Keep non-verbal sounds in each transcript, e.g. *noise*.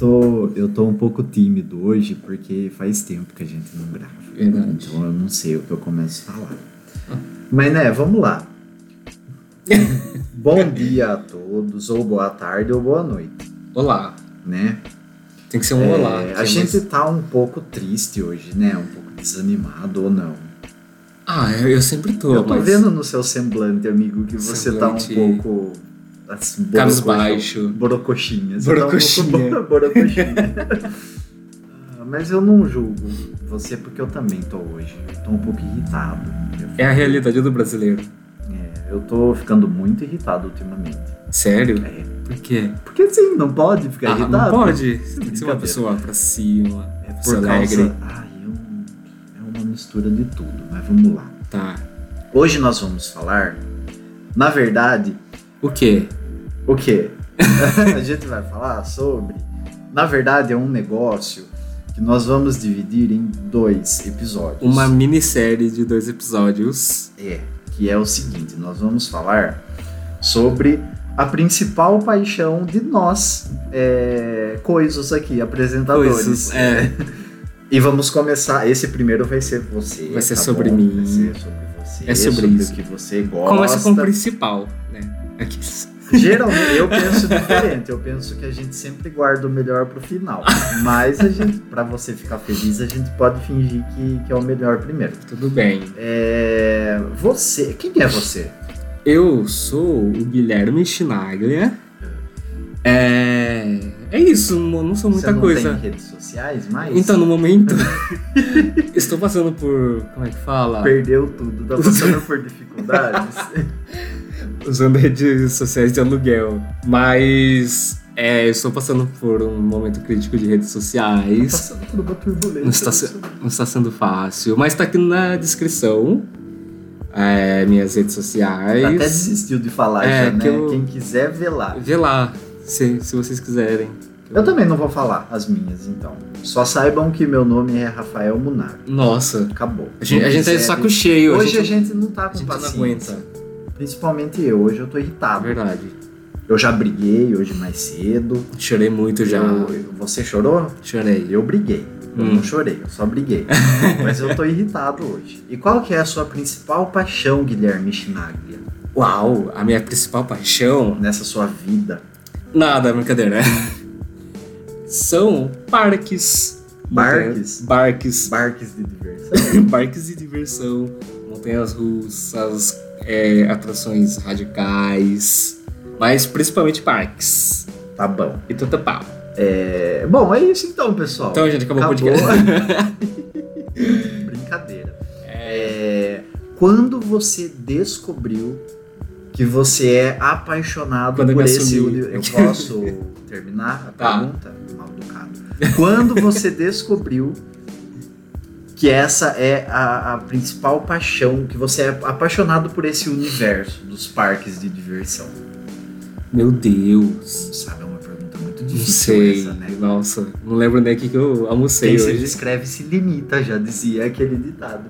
eu, eu tô um pouco tímido hoje porque faz tempo que a gente não grava. Verdade. Então eu não sei o que eu começo a falar. Mas né, vamos lá. Bom dia a todos, ou boa tarde, ou boa noite, Olá. né? Tem que ser um É, olá. que a é gente mais- tá um pouco triste hoje, né? Um pouco desanimado ou não. Ah, eu, eu sempre tô, eu tô mas... vendo no seu semblante, amigo, que você Semblante- tá um pouco. Assim, borocoxo- Cabisbaixo. Borocoxinha. Você Borocoxinha. Tá um pouco bo- *laughs* borocoxinha. Ah, Mas eu não julgo você porque eu também tô hoje. Eu tô um pouco irritado. Eu fico- É a realidade do brasileiro. É, eu tô ficando muito irritado ultimamente. Sério? É. Por quê? Porque assim, não pode ficar Ah, irritado. não pode? Você tem que ser uma Brincadeira. pessoa pra cima, É Você é por alegre. causa. Ai, eu- é uma mistura de tudo, mas vamos lá. tá. Hoje nós vamos falar, na verdade, O quê? o quê? *laughs* a gente vai falar sobre. Na verdade, é um negócio que nós vamos dividir em dois episódios. Uma minissérie de dois episódios. É, que é o seguinte: nós vamos falar sobre a principal paixão de nós, é, coisas aqui, apresentadores. Coisas, é. E vamos começar. Esse primeiro vai ser você. tá Vai ser sobre mim. Vai ser sobre você. É sobre isso. o que você gosta. Começa com o principal, né? Aqui. Geralmente eu penso diferente. Eu penso que a gente sempre guarda o melhor pro final. Mas a gente, para você ficar feliz, a gente pode fingir que, que é o melhor primeiro. Tudo bem. É, você. Quem é você? Eu sou o Guilherme Chinaglia. É... É isso, não não sou muita você não coisa. Tem redes sociais mais? Então, *laughs* no momento, estou passando por. Como é que fala? Perdeu tudo, tá passando por *laughs* dificuldades. Usando redes sociais de aluguel. Mas. É, eu estou passando por um momento crítico de redes sociais. passando por uma turbulência. Não está se- Não está sendo fácil. Mas tá aqui na descrição. é, minhas redes sociais. Até desistiu de falar É, já, né? que eu- Quem quiser vê lá. Vê lá, se, se vocês quiserem. Eu também não vou falar as minhas, então. Só saibam que meu nome é Rafael Munar. Nossa. Acabou. A gente, a Quem gente tá de quiser- saco cheio. Hoje a gente, não tá com a gente não paciência. aguenta. Principalmente eu, hoje eu tô É irritado. verdade. Eu já briguei hoje mais cedo. Chorei muito já. Eu- eu- você chorou? Chorei. Eu briguei. Eu Hum. não chorei, eu só *laughs* briguei. Mas eu tô irritado hoje. E qual que é a sua principal paixão, Guilherme Chinaglia? Uau, a minha principal paixão Nessa sua vida? Nada, é brincadeira. né? São parques. Barques? montanhas- Barques. *laughs* Barques de diversão? Parques de diversão, montanhas russas, é, atrações radicais. Mas principalmente parques. Tá bom. E tanta pau. É, bom, é isso então, pessoal. Então, gente, acabou, Acabou. *laughs* o podcast. Brincadeira. É, quando você descobriu que você é apaixonado Quando eu por me esse assumi. uni- Eu posso *laughs* terminar a Tá. pergunta? Mal educado. Quando você descobriu que essa é a, a principal paixão, que você é apaixonado por esse universo dos parques de diversão? Meu Deus. Sabe, é uma pergunta muito Não difícil sei. essa, né? Nossa, não lembro nem o que que eu almocei Quem se hoje. descreve se limita, já dizia aquele ditado.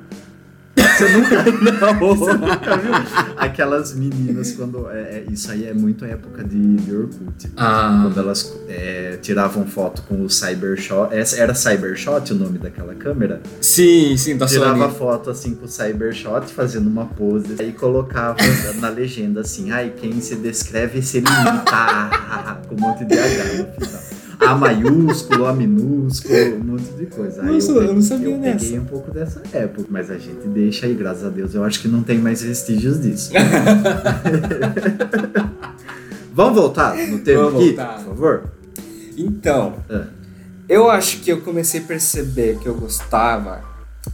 Você nunca, você nunca *laughs* viu aquelas meninas quando. é, é, isso aí é muito época de, de Orkut. né? Ah, Quando elas é, tiravam foto com o Cybershot. essa- Era Cybershot o nome daquela câmera? sim, sim, tá da Tirava Sony. foto assim com o Cybershot fazendo uma pose. Aí colocava *laughs* na legenda assim: ai, quem se descreve se limita. com um monte de H no final. A maiúsculo, A minúsculo, um monte de coisa. Aí Nossa, eu não sabia eu peguei dessa. um pouco dessa época, mas a gente deixa aí, graças a Deus. Eu acho que não tem mais vestígios disso. *laughs* Vamos voltar no tema Vamos aqui, voltar. por favor? Então, Ah. eu acho que eu comecei a perceber que eu gostava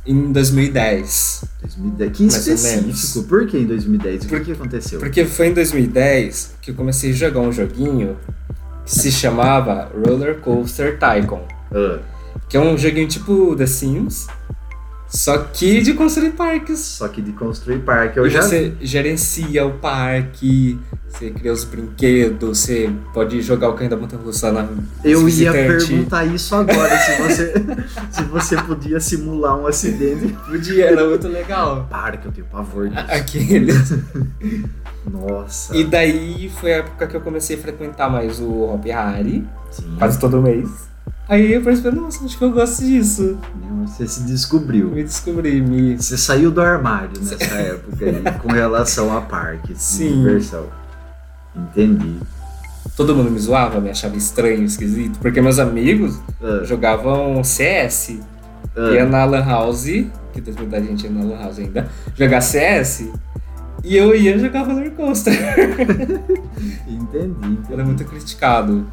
em 2010. 2010. Que Mais ou específico. Por que em 2010? O que, Por- que aconteceu? Porque foi em 2010 que eu comecei a jogar um joguinho que se chamava Roller Coaster Tycoon. Ah. Que é um joguinho tipo The Sims, só que de construir parques. Só que de construir parque eu E já. Você gerencia o parque, você cria os brinquedos, você pode jogar o carrinho da montanha russa na. Eu nos ia visitantes. perguntar isso agora, se você, *laughs* se você podia simular um acidente. Podia, era muito legal. Para que eu tenho pavor disso. *laughs* Aquele. Nossa. E daí foi a época que eu comecei a frequentar mais o Hop Harry, Sim. quase todo mês. Aí eu percebi, nossa, acho que eu gosto disso. Você se descobriu. Me descobri, me. Você saiu do armário *laughs* nessa época aí, com relação a parques Sim. de diversão. Entendi. Todo mundo me zoava, me achava estranho, esquisito, porque meus amigos Ah, jogavam CS. Ia na Lan House, que Deus me dá, a gente ia na Lan House ainda, jogar CS. E eu ia jogar Roller Coaster. entendi, Era entendi. é- muito criticado.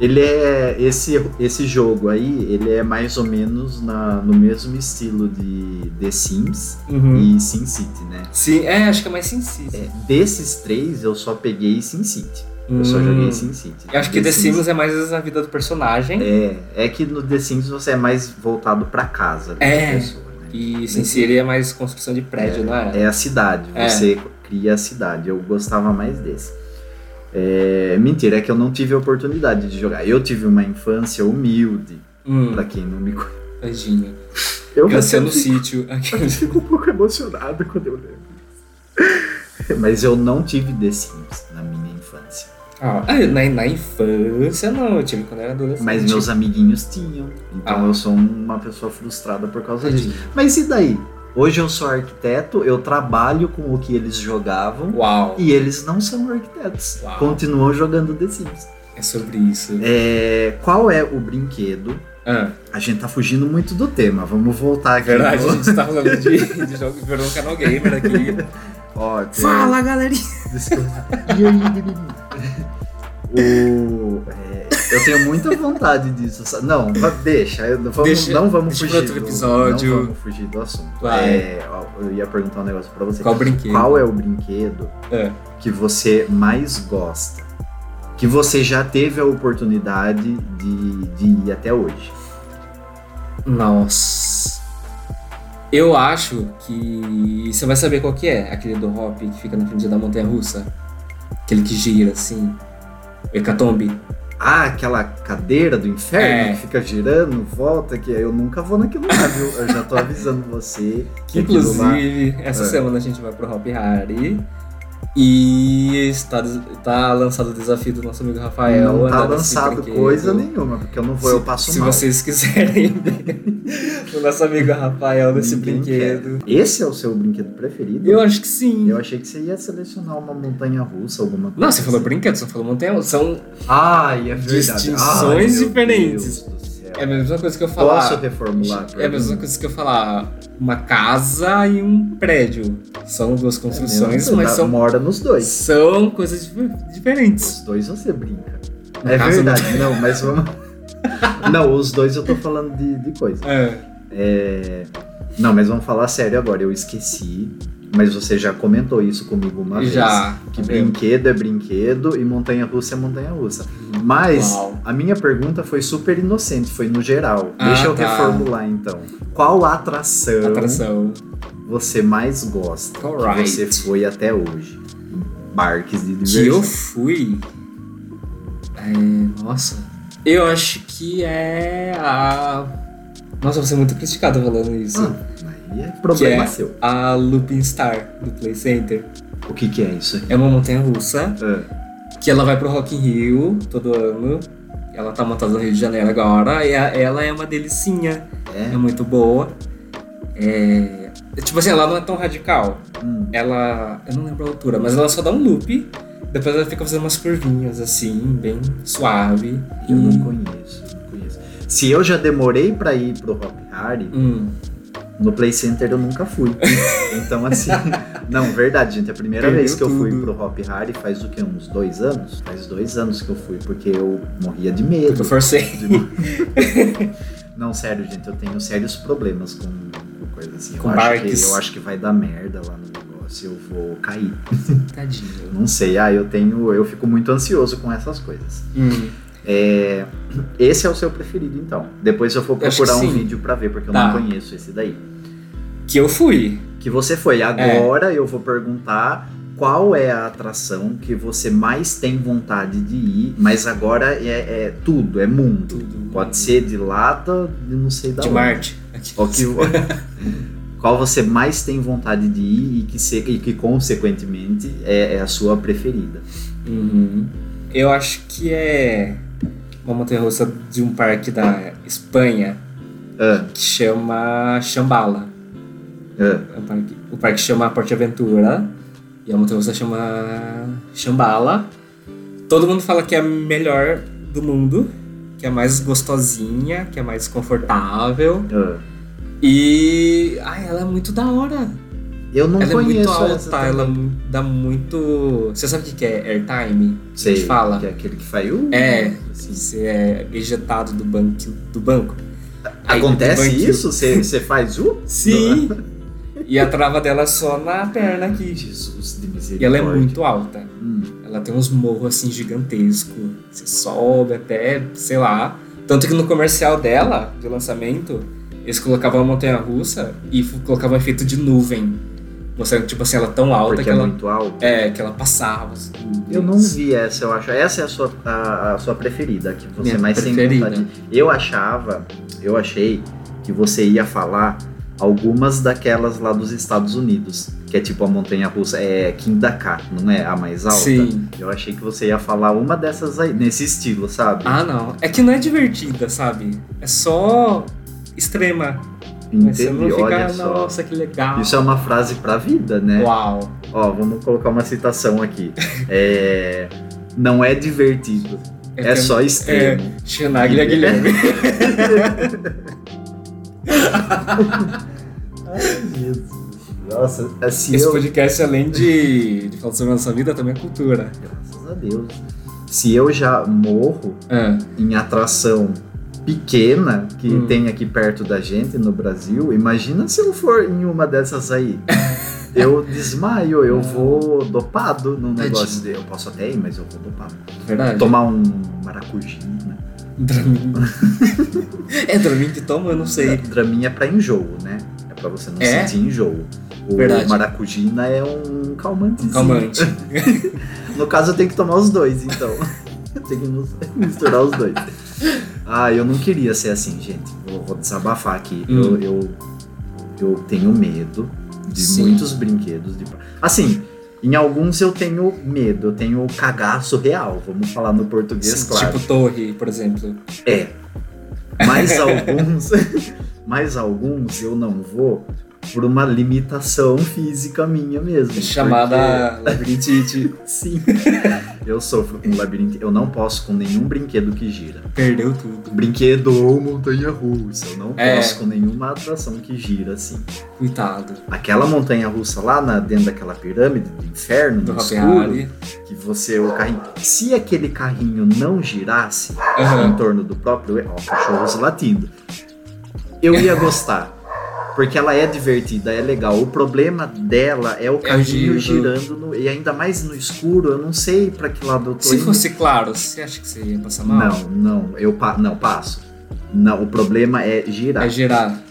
Ele é esse esse jogo aí, ele é mais ou menos na, no mesmo estilo de The Sims Uhum. e Sin City, né? Sim, é, acho que é mais sensível. É, desses três eu só peguei Sin City. É, Eu só Hum. joguei Sin City. Eu acho que The Sims é mais a vida do personagem. É, é que no The Sims você é mais voltado pra casa da É. pessoa, né? E Sin City é mais construção de prédio, não é? É a cidade, É. você cria a cidade. Eu gostava mais desse. É, mentira, é que eu não tive a oportunidade de jogar. Eu tive uma infância humilde, Hum, pra quem não me conhece. tadinho. *laughs* Eu Cresceu no fico- sítio. eu aquele- fico um pouco emocionado quando eu lembro. *laughs* Mas eu não tive The Sims na minha infância. *laughs* Ah, ah, na, na infância não, eu tive quando era adolescente. Mas meus amiguinhos tinham. Então Ah. eu sou uma pessoa frustrada por causa disso. Tadinho. Mas e daí? Hoje eu sou arquiteto, eu trabalho com o que eles jogavam Uau, e eles não são arquitetos. Uau. Continuam jogando The Sims. é sobre isso. É, qual é o brinquedo? Ah, A gente tá fugindo muito do tema, vamos voltar aqui. verdade, a no- gente tá falando de, de jogo, virou um canal gamer aqui. Ó, tem- galerinha! Desculpa. E aí, Bibi? O- é, eu tenho muita vontade disso. sa- Não, va- deixa. eu- Vamos, Deixa- não vamos deixa pra fugir. outro do- episódio. Não vamos fugir do assunto. Vai. É, ó, eu ia perguntar um negócio pra você. Qual brinquedo? Qual é o brinquedo É. que você mais gosta? Que você já teve a oportunidade de, de ir até hoje? Nossa. Eu acho que. Você vai saber qual que é, aquele do Hop que fica na frente da montanha russa. Aquele que gira assim. O Hecatombe. Ah, aquela cadeira do inferno É. que fica girando, volta, que eu nunca vou naquilo lá, viu? Eu já tô avisando você. *laughs* Que é aquilo lá- inclusive, essa É. semana a gente vai pro Hop Harry. E está, des- tá lançado o desafio do nosso amigo Rafael. não tá andar nesse lançado brinquedo. coisa nenhuma, porque eu não vou, se, eu passo Se mal. vocês quiserem ver *laughs* o nosso amigo Rafael nesse Ninguém brinquedo. quer. Esse é o seu brinquedo preferido? Eu acho que sim. Eu achei que você ia selecionar uma montanha russa, alguma coisa. Não, você falou assim. brinquedo, você não falou montanha. São Ah, é verdade. Distinções Ai, meu diferentes. Deus do céu. É a mesma coisa que eu falar. Posso reformular? É a mesma coisa que eu falar uma casa e um prédio. São duas É construções, Você mas tá- são, Mora nos dois. são coisas dif- diferentes. Os dois você brinca. No é caso, verdade, não, mas vamos. *laughs* não, os dois eu tô falando de, de coisa. É. É, Não, mas vamos falar sério agora. Eu esqueci, mas você já comentou isso comigo uma vez. já. Que brinquedo é brinquedo e montanha russa é montanha russa. Mas Uau. a minha pergunta foi super inocente, foi no geral. Ah, Deixa eu tá. reformular então. Qual atração, Atração. você mais gosta Alright. que você foi até hoje? Em Parques de Que diversão. eu fui. É, nossa. Eu acho que é a. Nossa, eu vou ser muito criticado falando isso. Ah, aí é problema Que é- seu. A Lupin Star do Play Center. O que, que é isso aí? É uma montanha russa Ah, que ela vai pro Rock in Rio todo ano. Ela tá montada no Rio de Janeiro agora e a- ela é uma delicinha. É é. muito boa. É... Tipo assim, ela não é tão radical. Hum, Ela... Eu não lembro a altura, mas ela só dá um loop. Depois ela fica fazendo umas curvinhas, assim, bem suave. eu não Hum. conheço, não conheço. Se eu já demorei pra ir pro Rock Hard, Hum, No Play Center eu nunca *laughs* fui. Então, assim. não, verdade, gente. é A primeira Perdeu vez que eu fui tudo. pro Hop Harry faz o quê? Uns dois anos? Faz dois anos que eu fui, porque eu morria de medo. porque eu forcei. De- não, sério, gente, eu tenho sérios problemas com, com coisa assim. Com eu, acho que, parques. eu acho que vai dar merda lá no negócio. Eu vou cair. Tadinho. Não sei. Ah, eu tenho. Eu fico muito ansioso com essas coisas. Hum, É, esse é o seu preferido, então. Depois eu vou Acho que procurar um sim. vídeo pra ver, porque eu Tá. não conheço esse daí. que eu fui. que você foi. É. Agora eu vou perguntar qual é a atração que você mais tem vontade de ir, mas agora é, é tudo, é mundo. Tudo. Pode ser de lata, de não sei da De onde. Marte. O que- *laughs* qual você mais tem vontade de ir e que, se- e que consequentemente, é, é a sua preferida. Uhum. Eu acho que é uma montanha russa de um parque da Espanha Ah, que chama Chambala. ah. É um parque- o parque chama Porte Aventura e a montanha russa chama Chambala. Todo mundo fala que é a melhor do mundo, que é a mais gostosinha, que é a mais confortável. ah. E. Ai, ela é muito da hora. Eu não ela é muito conheço alta, essa ela dá muito. Você sabe o que que é airtime? também. a gente Sei, fala. que é aquele que faz uh, É. assim. Você é ejetado do banco. Do banco. Aí, do Acontece banquinho. isso? Você você faz "Uh", o? Sim! *laughs* e a trava dela é só na perna aqui. Jesus de E ela misericórdia. é muito alta. Hum, Ela tem uns morros assim gigantescos. Você sobe até, sei lá. Tanto que no comercial dela, de lançamento, eles colocavam uma montanha russa e f- colocavam efeito de nuvem. Mostrando, tipo assim, ela tão alta porque que é ela. muito alto. É, que ela passava. assim. Eu não vi essa, eu acho. Essa é a sua, a, a sua preferida, a que você é Minha mais tem preferida. vontade. Eu achava, eu achei que você ia falar algumas daquelas lá dos Estados Unidos, que é tipo a montanha russa, é Kindaka, não é a mais alta? Sim. Eu achei que você ia falar uma dessas aí, nesse estilo, sabe? Ah, não. É que não é divertida, sabe? É só extrema. Mas você Entendi, não olha fica, só. nossa, que legal. Isso é uma frase pra vida, né? Uau. Ó, vamos colocar uma citação aqui. É, Não é divertido, é, tem- só extremo. Xenaglia Guilherme. Ai, Jesus. Nossa, assim *laughs* Esse eu. podcast, além de, de falar sobre a nossa vida, também é cultura. Graças a Deus. Se eu já morro Ah, em atração pequena que Hum. tem aqui perto da gente no Brasil, imagina se eu for em uma dessas *laughs* aí. Eu desmaio, eu vou dopado num Tadinho. negócio desse. Eu posso até ir, mas eu vou dopado. verdade. Tomar um maracujina. *laughs* Dramin. *laughs* é Dramin que toma? Eu não sei. Dramin é pra enjoo, né? É pra você não É? sentir enjoo. O Verdade. maracujina é um calmante. Calmante. No caso, eu tenho que tomar os dois, então. *laughs* tem que mus- misturar os dois. Ah, eu não queria ser assim, gente. Eu vou desabafar aqui. Hum. Eu, eu, eu tenho medo de Sim. muitos brinquedos. De... Assim, em alguns eu tenho medo, eu tenho cagaço real, vamos falar no português, claro. Tipo torre, por exemplo. É. *laughs* Mais alguns, *laughs* mais alguns eu não vou por uma limitação física minha mesmo. Chamada labirintite. porque, sim. *laughs* Eu sofro com labirinto. Eu não posso com nenhum brinquedo que gira. Perdeu tudo. Brinquedo ou montanha russa. Eu não É. posso com nenhuma atração que gira assim. Coitado. Aquela montanha russa lá na- dentro daquela pirâmide do inferno, Do no Happy escuro, Harry. que você o carrinho. Se aquele carrinho não girasse, em Aham. torno do próprio. Ó, cachorros latindo. Eu ia gostar. Porque ela é divertida, é legal. O problema dela é o carrinho giro. girando no- e ainda mais no escuro. Eu não sei pra que lado eu tô Se indo. fosse claro, você acha que você ia passar mal? Não, não, eu pa- não passo. Não, o problema é girar. É girar.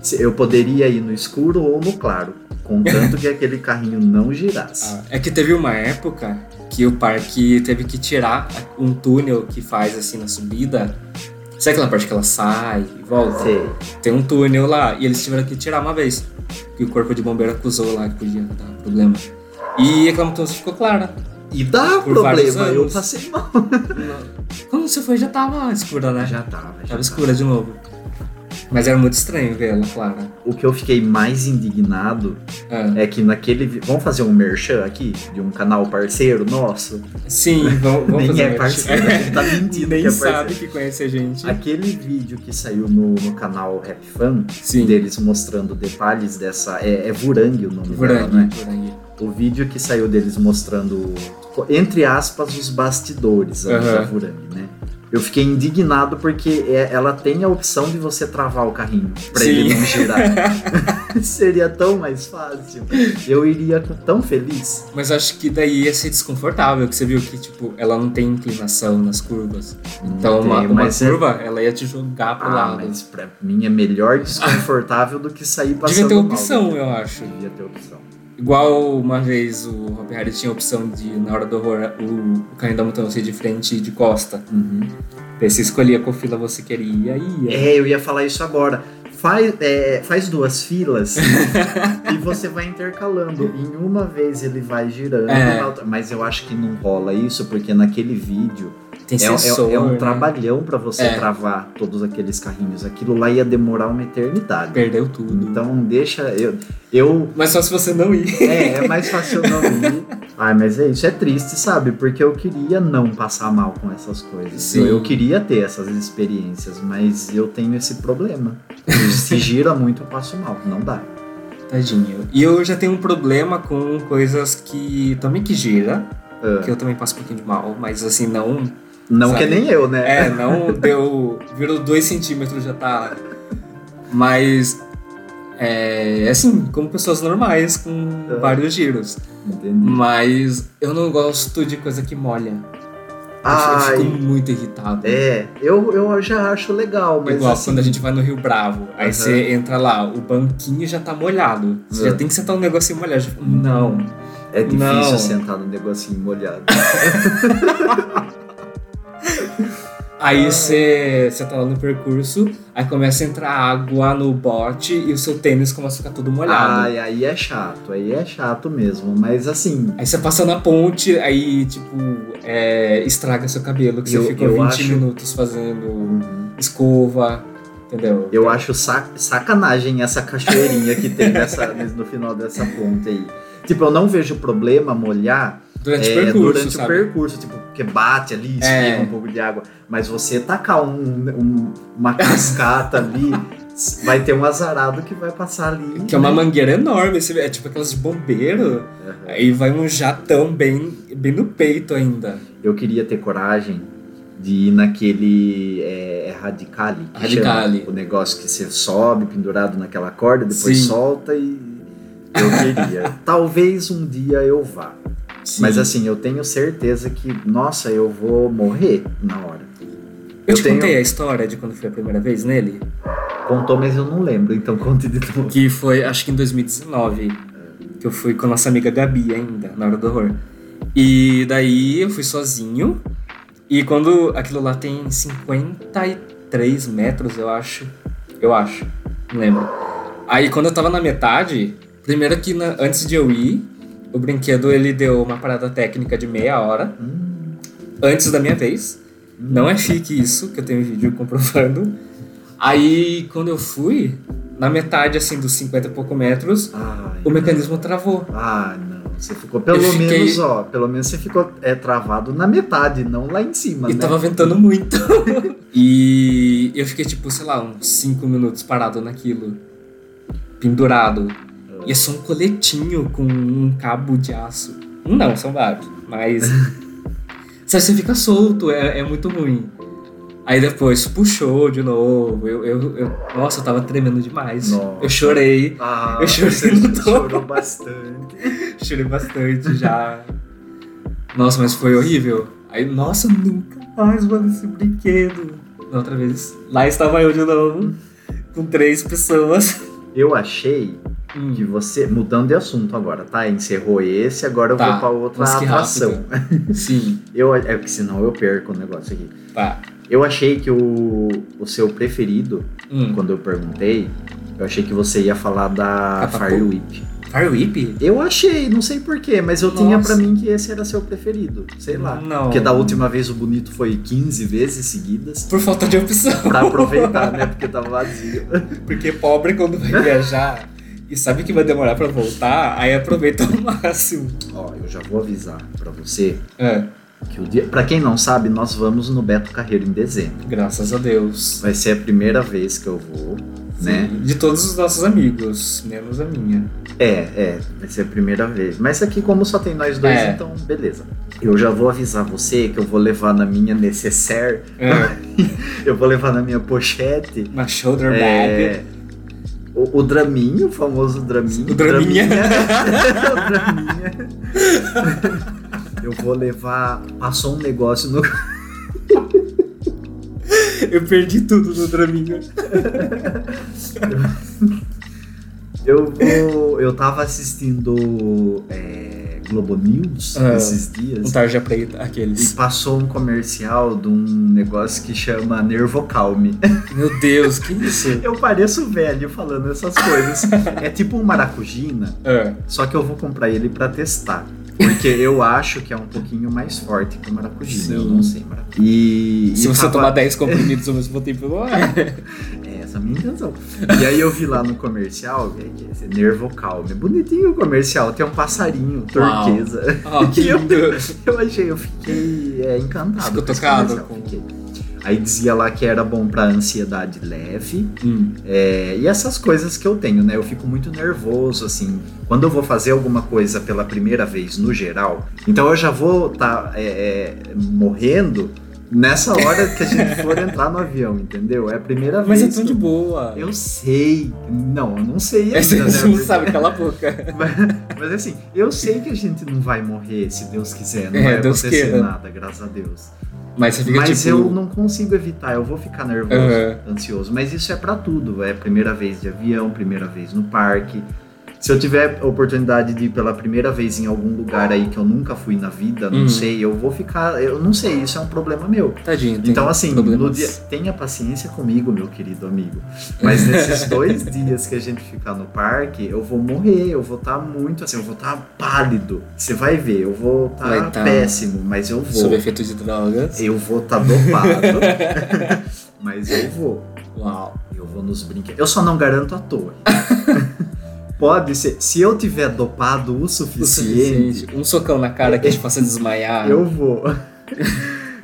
Se- Eu poderia ir no escuro ou no claro, contanto que aquele carrinho não girasse. Ah, É que teve uma época que o parque teve que tirar um túnel que faz assim na subida. Sabe aquela parte que ela sai e volta? Sei. Tem um túnel lá e eles tiveram que tirar uma vez. Que o corpo de bombeiro acusou lá que podia dar problema. E aquela mudança ficou né? clara. E dá Por vários problema, eu anos. passei mal. Quando você foi já tava escura, né? Já tava, já Tava tava. escura de novo. Mas era muito estranho ver ela clara. O que eu fiquei mais indignado Ah, É que naquele. vi- Vamos fazer um merchan aqui? De um canal parceiro nosso? Sim, vamos, vamos Nem fazer é merch. parceiro, a gente tá mentindo *laughs* Nem que é sabe parceiro. que conhece a gente. Aquele vídeo que saiu no, no canal Rap Fan, Sim. deles mostrando detalhes dessa. É, é Vurangue o nome dela, Vorangue, né? vorangue. O vídeo que saiu deles mostrando, co- entre aspas, os bastidores ali Aham. da Vurangue, né? Eu fiquei indignado porque é- ela tem a opção de você travar o carrinho pra ele Sim. não girar. *laughs* *laughs* Seria tão mais fácil. Eu iria com- tão feliz. Mas acho que daí ia ser desconfortável, que você viu que, tipo, ela não tem inclinação nas curvas. Então, uma, Tem, uma mas é- curva, ela ia te jogar pro Ah, lado. mas pra mim é melhor desconfortável do que sair Devia passando ter mal. opção, eu acho. Devia ter opção. Igual uma vez o Hop Harry tinha a opção de, na hora do horror, o, o carrinho da montanha ser de frente e de costa. Uhum. Daí você escolhia qual fila você queria e ia. É, eu ia falar isso agora. Faz, é, faz duas *laughs* filas e você vai intercalando. Em uma vez ele vai girando, É. na outra- mas eu acho que não rola isso, porque naquele vídeo Tem É, é- sensor. é um né? trabalhão pra você É. travar todos aqueles carrinhos. Aquilo lá ia demorar uma eternidade. Perdeu tudo. Então deixa eu. Eu. Mas só se você não ir. *laughs* É, é mais fácil eu não ir. Ai, mas é isso, é triste, sabe? Porque eu queria não passar mal com essas coisas. Sim. Eu, eu queria ter essas experiências, mas eu tenho esse problema. Se gira muito, eu passo mal. Não dá. Tadinho. E eu já tenho um problema com coisas que também que gira, Ah, que eu também passo um pouquinho de mal, mas assim, não. não sabe? que nem eu, né? É, não deu. Virou dois centímetros, já tá. Mas. É assim, como pessoas normais, com Ah. vários giros. Entendi. Mas eu não gosto de coisa que molha. Eu Ai, fico muito irritado. É, eu, eu já acho legal, mas Igual assim, quando a gente vai no Rio Bravo, aí Aham. você entra lá, o banquinho já tá molhado. Você É. já tem que sentar um negócio e molhar. Já- Não. é difícil Não. sentar num negocinho molhado. Aí Ah. você, você tá lá no percurso, aí começa a entrar água no bote e o seu tênis começa a ficar todo molhado. Ai, aí é chato, aí é chato mesmo, mas assim, Aí você passa na ponte, aí tipo, é, estraga seu cabelo, que Eu- você ficou eu 20 acho- Uhum. minutos fazendo escova, entendeu? eu acho sa- sacanagem essa cachoeirinha que tem *laughs* nessa, no final dessa ponte aí. Tipo, eu não vejo problema molhar Durante é, o percurso, durante sabe? o percurso, tipo, porque bate ali, esfrega É. um pouco de água. Mas você tacar um- um- uma cascata *laughs* ali, vai ter um azarado que vai passar ali. Que é uma né? mangueira enorme, você vê, é tipo aquelas de bombeiro. Aham. Aí vai um jatão bem, bem no peito ainda. Eu queria ter coragem de ir naquele é, é radicale, que Radicale. chama, o negócio que você sobe pendurado naquela corda, depois Sim. solta e eu *laughs* queria. Talvez um dia eu vá, mas assim eu tenho certeza que nossa eu vou morrer na hora. eu, eu te tenho- contei a história de quando foi a primeira vez nele, Contou, mas eu não lembro, então conte de novo. que foi acho que em 2019, que eu fui com a nossa amiga Gabi ainda, na hora do horror. E daí eu fui sozinho, e quando aquilo lá tem 53 metros, eu acho. Eu acho, não lembro. Aí quando eu tava na metade, primeiro que na- antes de eu ir, o brinquedo ele deu uma parada técnica de meia hora. Hum, antes da minha vez. Não é chique isso, que eu tenho um vídeo comprovando. Aí, quando eu fui, na metade, assim, dos 50 e pouco metros, ai, o mecanismo travou. ah, não. Você ficou pelo é- Eu fiquei- menos, ó, pelo menos você ficou é, travado na metade, não lá em cima, E né? tava ventando muito. *laughs* e eu fiquei, tipo, sei lá, uns 5 minutos parado naquilo. Pendurado. E é só um coletinho com um cabo de aço. Um Não, são vários. *laughs* Mas. Sabe, você fica solto, é, é muito ruim. Aí depois puxou de novo. Eu, eu, eu- nossa, eu tava tremendo demais. Nossa. Eu chorei. *laughs* Ah, Eu chorei você no topo. chorou bastante. Chorei bastante já. Nossa, mas foi horrível. Aí, nossa, nunca mais vou nesse brinquedo. Na outra vez, lá estava eu de novo, com três pessoas. Eu achei *laughs* que você. Mudando de assunto agora, tá? Encerrou esse, agora eu vou pra outra mas Hum, tá. que atração. rápido. Sim, Eu, é porque senão eu perco o negócio aqui. tá. Eu achei que o, o seu preferido, Hum. quando eu perguntei, eu achei que você ia falar da Catapulta. Fire Whip. Fire Whip? Eu achei, não sei porquê, mas eu tinha Nossa. Hum. pra mim que esse era seu preferido. Sei lá. Não. Porque da última vez o bonito foi 15 vezes seguidas. Por falta de *laughs* opção. Pra aproveitar, né? Porque tava vazio. *laughs* Porque pobre quando vai viajar e sabe que vai demorar pra voltar, aí aproveita ao *laughs* máximo. Ó, eu já vou avisar pra você É, Que o dia... Pra quem não sabe, nós vamos no Beto Carreiro em dezembro. graças a Deus. Vai ser a primeira vez que eu vou, né? Sim, De todos os nossos amigos, menos a minha. É, é, vai ser a primeira vez. Mas aqui, como só tem nós dois, É. então beleza. Eu já vou avisar você que eu vou levar na minha necessaire, É, eu vou levar na minha pochete. uma shoulder bag. É, o, o Draminho, o famoso Draminho. O Draminha. Draminha. *laughs* o Draminha. Eu vou levar. Passou um negócio no É. Eu perdi tudo no draminho. Eu vou. Eu tava assistindo é, Globo News Ah. esses Um dias tarja preta, e aqueles. passou um comercial de um negócio que chama Nervocalme. Meu Deus, que *laughs* isso? Eu pareço velho falando essas coisas. é tipo um maracujina, É, só que eu vou comprar ele pra testar. Porque eu acho que é um pouquinho mais forte que o maracujá. Sim. Eu não sei maracujá. E. Se e você tava- tomar 10 comprimidos ao mesmo tempo, *laughs* não é. É, essa é a minha intenção. E aí eu vi lá no comercial, é que esse Nervo Calme. Bonitinho o comercial, tem um passarinho Uau. turquesa. Ah, que lindo. Eu achei, eu fiquei é, encantado. Ficou com esse tocado comercial, com- fiquei. Aí dizia lá que era bom pra ansiedade leve. Hum, é, e essas coisas que eu tenho, né? Eu fico muito nervoso, assim. Quando eu vou fazer alguma coisa pela primeira vez, no geral, então eu já vou estar morrendo nessa hora que a *laughs* gente for entrar no avião, entendeu? É a primeira Mas vez. é tão que de boa. eu sei. Não, eu não sei ainda, É, *laughs* você né? não Porque- sabe, cala a boca. mas, mas, assim, eu sei que a gente não vai morrer, se Deus quiser. Não É, vai Deus acontecer queira. nada, graças a Deus. Mas você fica mas tipo. eu não consigo evitar, eu vou ficar nervoso, Aham. ansioso. Mas isso é pra tudo. É primeira vez de avião, primeira vez no parque. Se eu tiver a oportunidade de ir pela primeira vez em algum lugar aí que eu nunca fui na vida, não Uhum. sei, eu vou ficar. Eu não sei, isso é um problema meu. Tadinho, tem Então, assim, no problemas. dia, tenha paciência comigo, meu querido amigo. Mas *laughs* nesses dois dias que a gente ficar no parque, eu vou morrer, eu vou estar muito assim, eu vou estar pálido. Você vai ver, eu vou Vai estar tá. péssimo, mas eu vou. Sob efeito de drogas. Eu vou estar dopado, *laughs* mas eu vou. Uau. Eu vou nos brinquedos. Eu só não garanto a torre. *laughs* Pode ser, se eu tiver dopado o O suficiente, suficiente. Um socão na cara que a gente possa desmaiar. eu vou.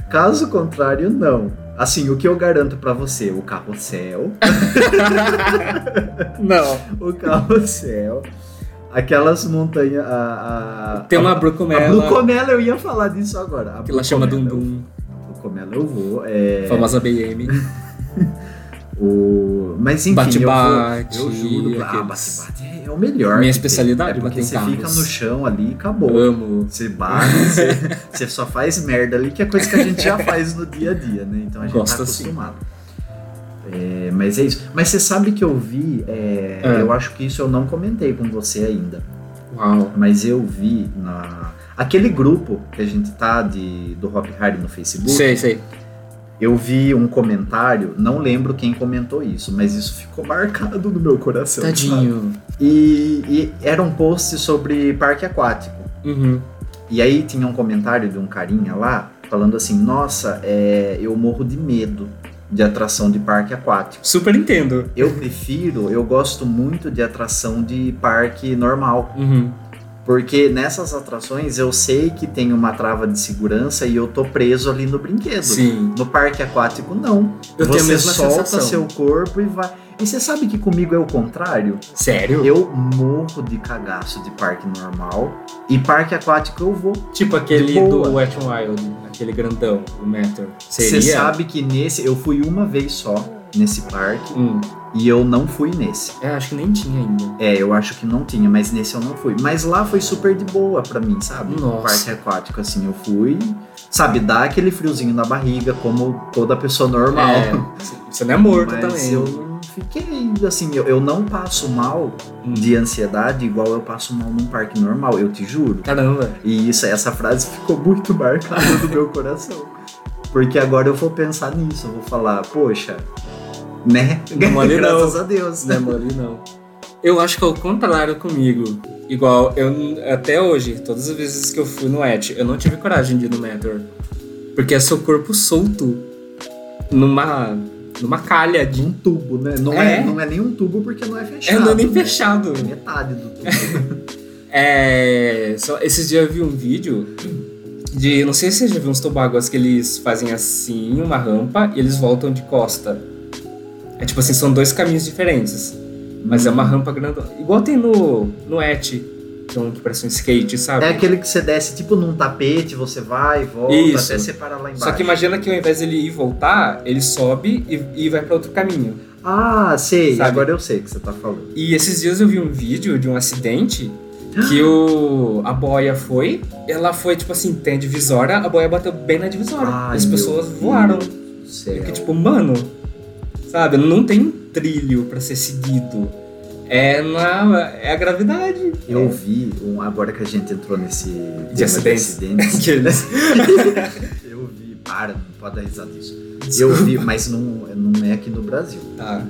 Caso contrário, não. Assim, o que eu garanto pra você? O carrossel. Não. o carrossel. Aquelas montanhas. A, a, Tem uma A brucomela. Blucomela, eu ia falar disso agora. A Que ela chama Blucomela, Dundum. eu- A Blucomela eu vou. É, Famosa BM. o, mas enfim, Bate-bate, eu vou. Eu juro. Ah, aqueles- bate-bate é o melhor. Minha que tem. especialidade, É porque bater em você fica carros. no chão ali e acabou. Amo. Você bate, você, *laughs* você só faz merda ali, que é coisa que a gente já faz no dia a dia, né? Então a gente Gosto assim. tá sim. acostumado. É, mas é isso. Mas você sabe que eu vi, é, É. eu acho que isso eu não comentei com você ainda, Uau. mas eu vi na. Aquele grupo que a gente tá de, do Rock Hard no Facebook, Sei, sei. eu vi um comentário, não lembro quem comentou isso, mas isso ficou marcado no meu coração. sabe? Tadinho. E, e era um post sobre parque aquático. Uhum. E aí tinha um comentário de um carinha lá falando assim: Nossa, é, eu morro de medo de atração de parque aquático. Super Nintendo. Eu prefiro, eu gosto muito de atração de parque normal. Uhum. Porque nessas atrações eu sei que tem uma trava de segurança e eu tô preso ali no brinquedo. Sim. No parque aquático, não. Eu você tenho a mesma solta sensação. seu corpo e vai. E você sabe que comigo é o contrário? Sério? Eu morro de cagaço de parque normal. E parque aquático eu vou. Tipo aquele De boa. do Wet n Wild, aquele grandão, o Meteor. Seria? Você sabe que nesse. Eu fui uma vez só nesse parque Hum. e eu não fui nesse. É, acho que nem tinha ainda. É, eu acho que não tinha, mas nesse eu não fui. Mas lá foi super de boa pra mim, sabe? No Nossa. parque aquático, assim, eu fui. Sabe, dá aquele friozinho na barriga, como toda pessoa normal. É, você não é morto mas também. eu não fiquei, assim, eu, eu não passo mal Hum. de ansiedade igual eu passo mal num parque normal, eu te juro. Caramba. E isso, essa frase ficou muito marcada no meu coração. Porque agora eu vou pensar nisso, eu vou falar, poxa, né? Não mole não. Graças a Deus. Não é mole, não. Eu acho que é o contrário comigo. Igual, eu n- até hoje, todas as vezes que eu fui no Et, eu não tive coragem de ir no Meteor. Porque é seu corpo solto numa, numa calha de. Um tubo, né? Não é. É. não é nem um tubo porque não é *laughs* É, fechado. não é nem né? fechado. É metade do tubo. É. Só, esses dias eu vi um vídeo de. Não sei se você já viu uns toboáguas que eles fazem assim, uma rampa, e eles voltam de costa. É tipo assim, são dois caminhos diferentes. Mas é uma rampa grande. Igual tem no, no Et, que é um que parece um skate, sabe? é aquele que você desce tipo num tapete, você vai e volta Isso. até separar lá embaixo. Só que imagina que ao invés dele ir e voltar, ele sobe e, e vai pra outro caminho. Ah, sei, Sabe? agora eu sei o que você tá falando. E esses dias eu vi um vídeo de um acidente que o, a boia foi, ela foi tipo assim, tem a divisória, a boia bateu bem na divisória. Ai, As meu pessoas Deus voaram. do céu. Porque, tipo, mano, sabe, não tem um trilho pra ser seguido. É, na, é a gravidade. Eu vi, um, agora que a gente entrou nesse tema de acidentes. *laughs* acidentes, *laughs* Aqueles. eu vi, para, não pode dar risada disso. Eu vi, mas não, não é aqui no Brasil. Tá.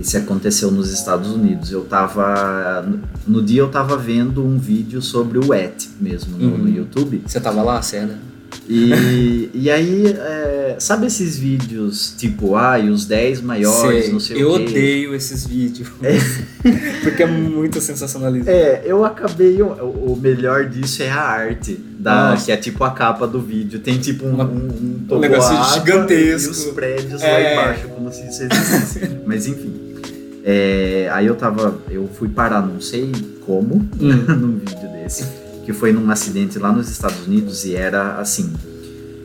Isso aconteceu nos Estados Unidos. Eu tava. no- No dia eu tava vendo um vídeo sobre o ET mesmo no, Uhum. no YouTube. Você tava lá, Cena? *laughs* E, e aí, é, sabe esses vídeos tipo, ai, os 10 maiores, não sei eu o quê? odeio esses vídeos. *laughs* Porque é muito sensacionalista. É, eu acabei. O, o melhor disso é a arte, da, Nossa. que é tipo a capa do vídeo. Tem tipo um, Uma- um, um negócio toboágua gigantesco. E os prédios lá É. embaixo, como se isso existisse. *laughs* Mas enfim. É, aí eu tava. Eu fui parar, não sei como, *laughs* Hum. num vídeo desse, que foi num acidente lá nos Estados Unidos e era assim.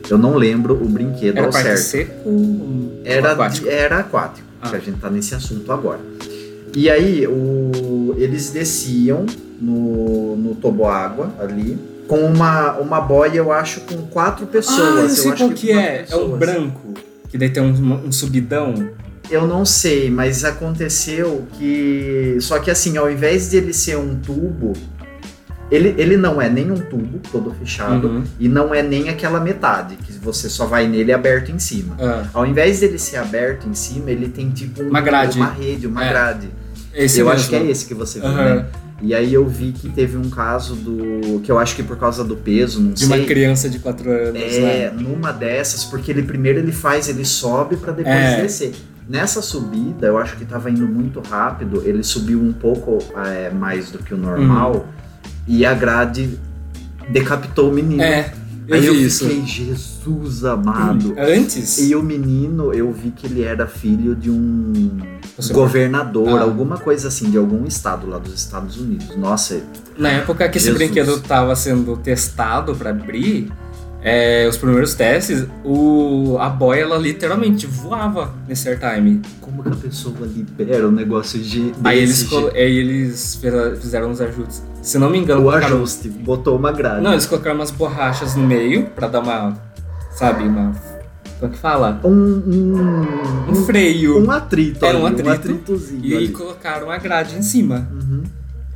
Eu não lembro o brinquedo Era ao parque certo. seco ou Era aquático? aquático, era aquático Ah. que a gente tá nesse assunto agora. E aí, o- eles desciam no, no toboágua ali, com uma, uma boia, eu acho, com quatro Ah, pessoas. eu sei qual acho que com é. quatro É um pessoas. branco. Que daí tem um, um subidão. Eu não sei, mas aconteceu que. Só que assim, ao invés de ele ser um tubo, ele, ele não é nem um tubo todo fechado, Uhum. e não é nem aquela metade, que você só vai nele aberto em cima. Ah, Ao invés dele ser aberto em cima, ele tem tipo um- Uma grade. uma rede, uma É. grade. esse eu mesmo. acho que é esse que você viu, Aham. né? E aí eu vi que teve um caso do. que eu acho que por causa do peso, não De sei. uma criança de 4 anos, né? É, numa dessas, porque ele primeiro ele faz, ele sobe pra depois É. descer. Nessa subida, eu acho que tava indo muito rápido, ele subiu um pouco é, mais do que o normal e a grade decapitou o menino. Uhum. É, eu aí vi eu isso. fiquei, Jesus amado. Antes? E o menino, eu vi que ele era filho de um Você- governador, Ah. alguma coisa assim, de algum estado lá dos Estados Unidos. Nossa, Na época que esse Jesus. brinquedo tava sendo testado pra abrir, é, os primeiros testes, o, a boia ela literalmente voava nesse airtime. como que a pessoa libera um negócio de. Aí eles, desse colo- jeito? aí eles fez- fizeram uns ajustes. Se não me engano, o colocaram- ajuste, botou uma grade. Não, eles colocaram umas borrachas no meio pra dar uma. Sabe, uma. Como é que fala? Um, um, Um freio. um atrito. Era um ali, atrito. atritozinho. E ali. colocaram a grade em cima. Uhum.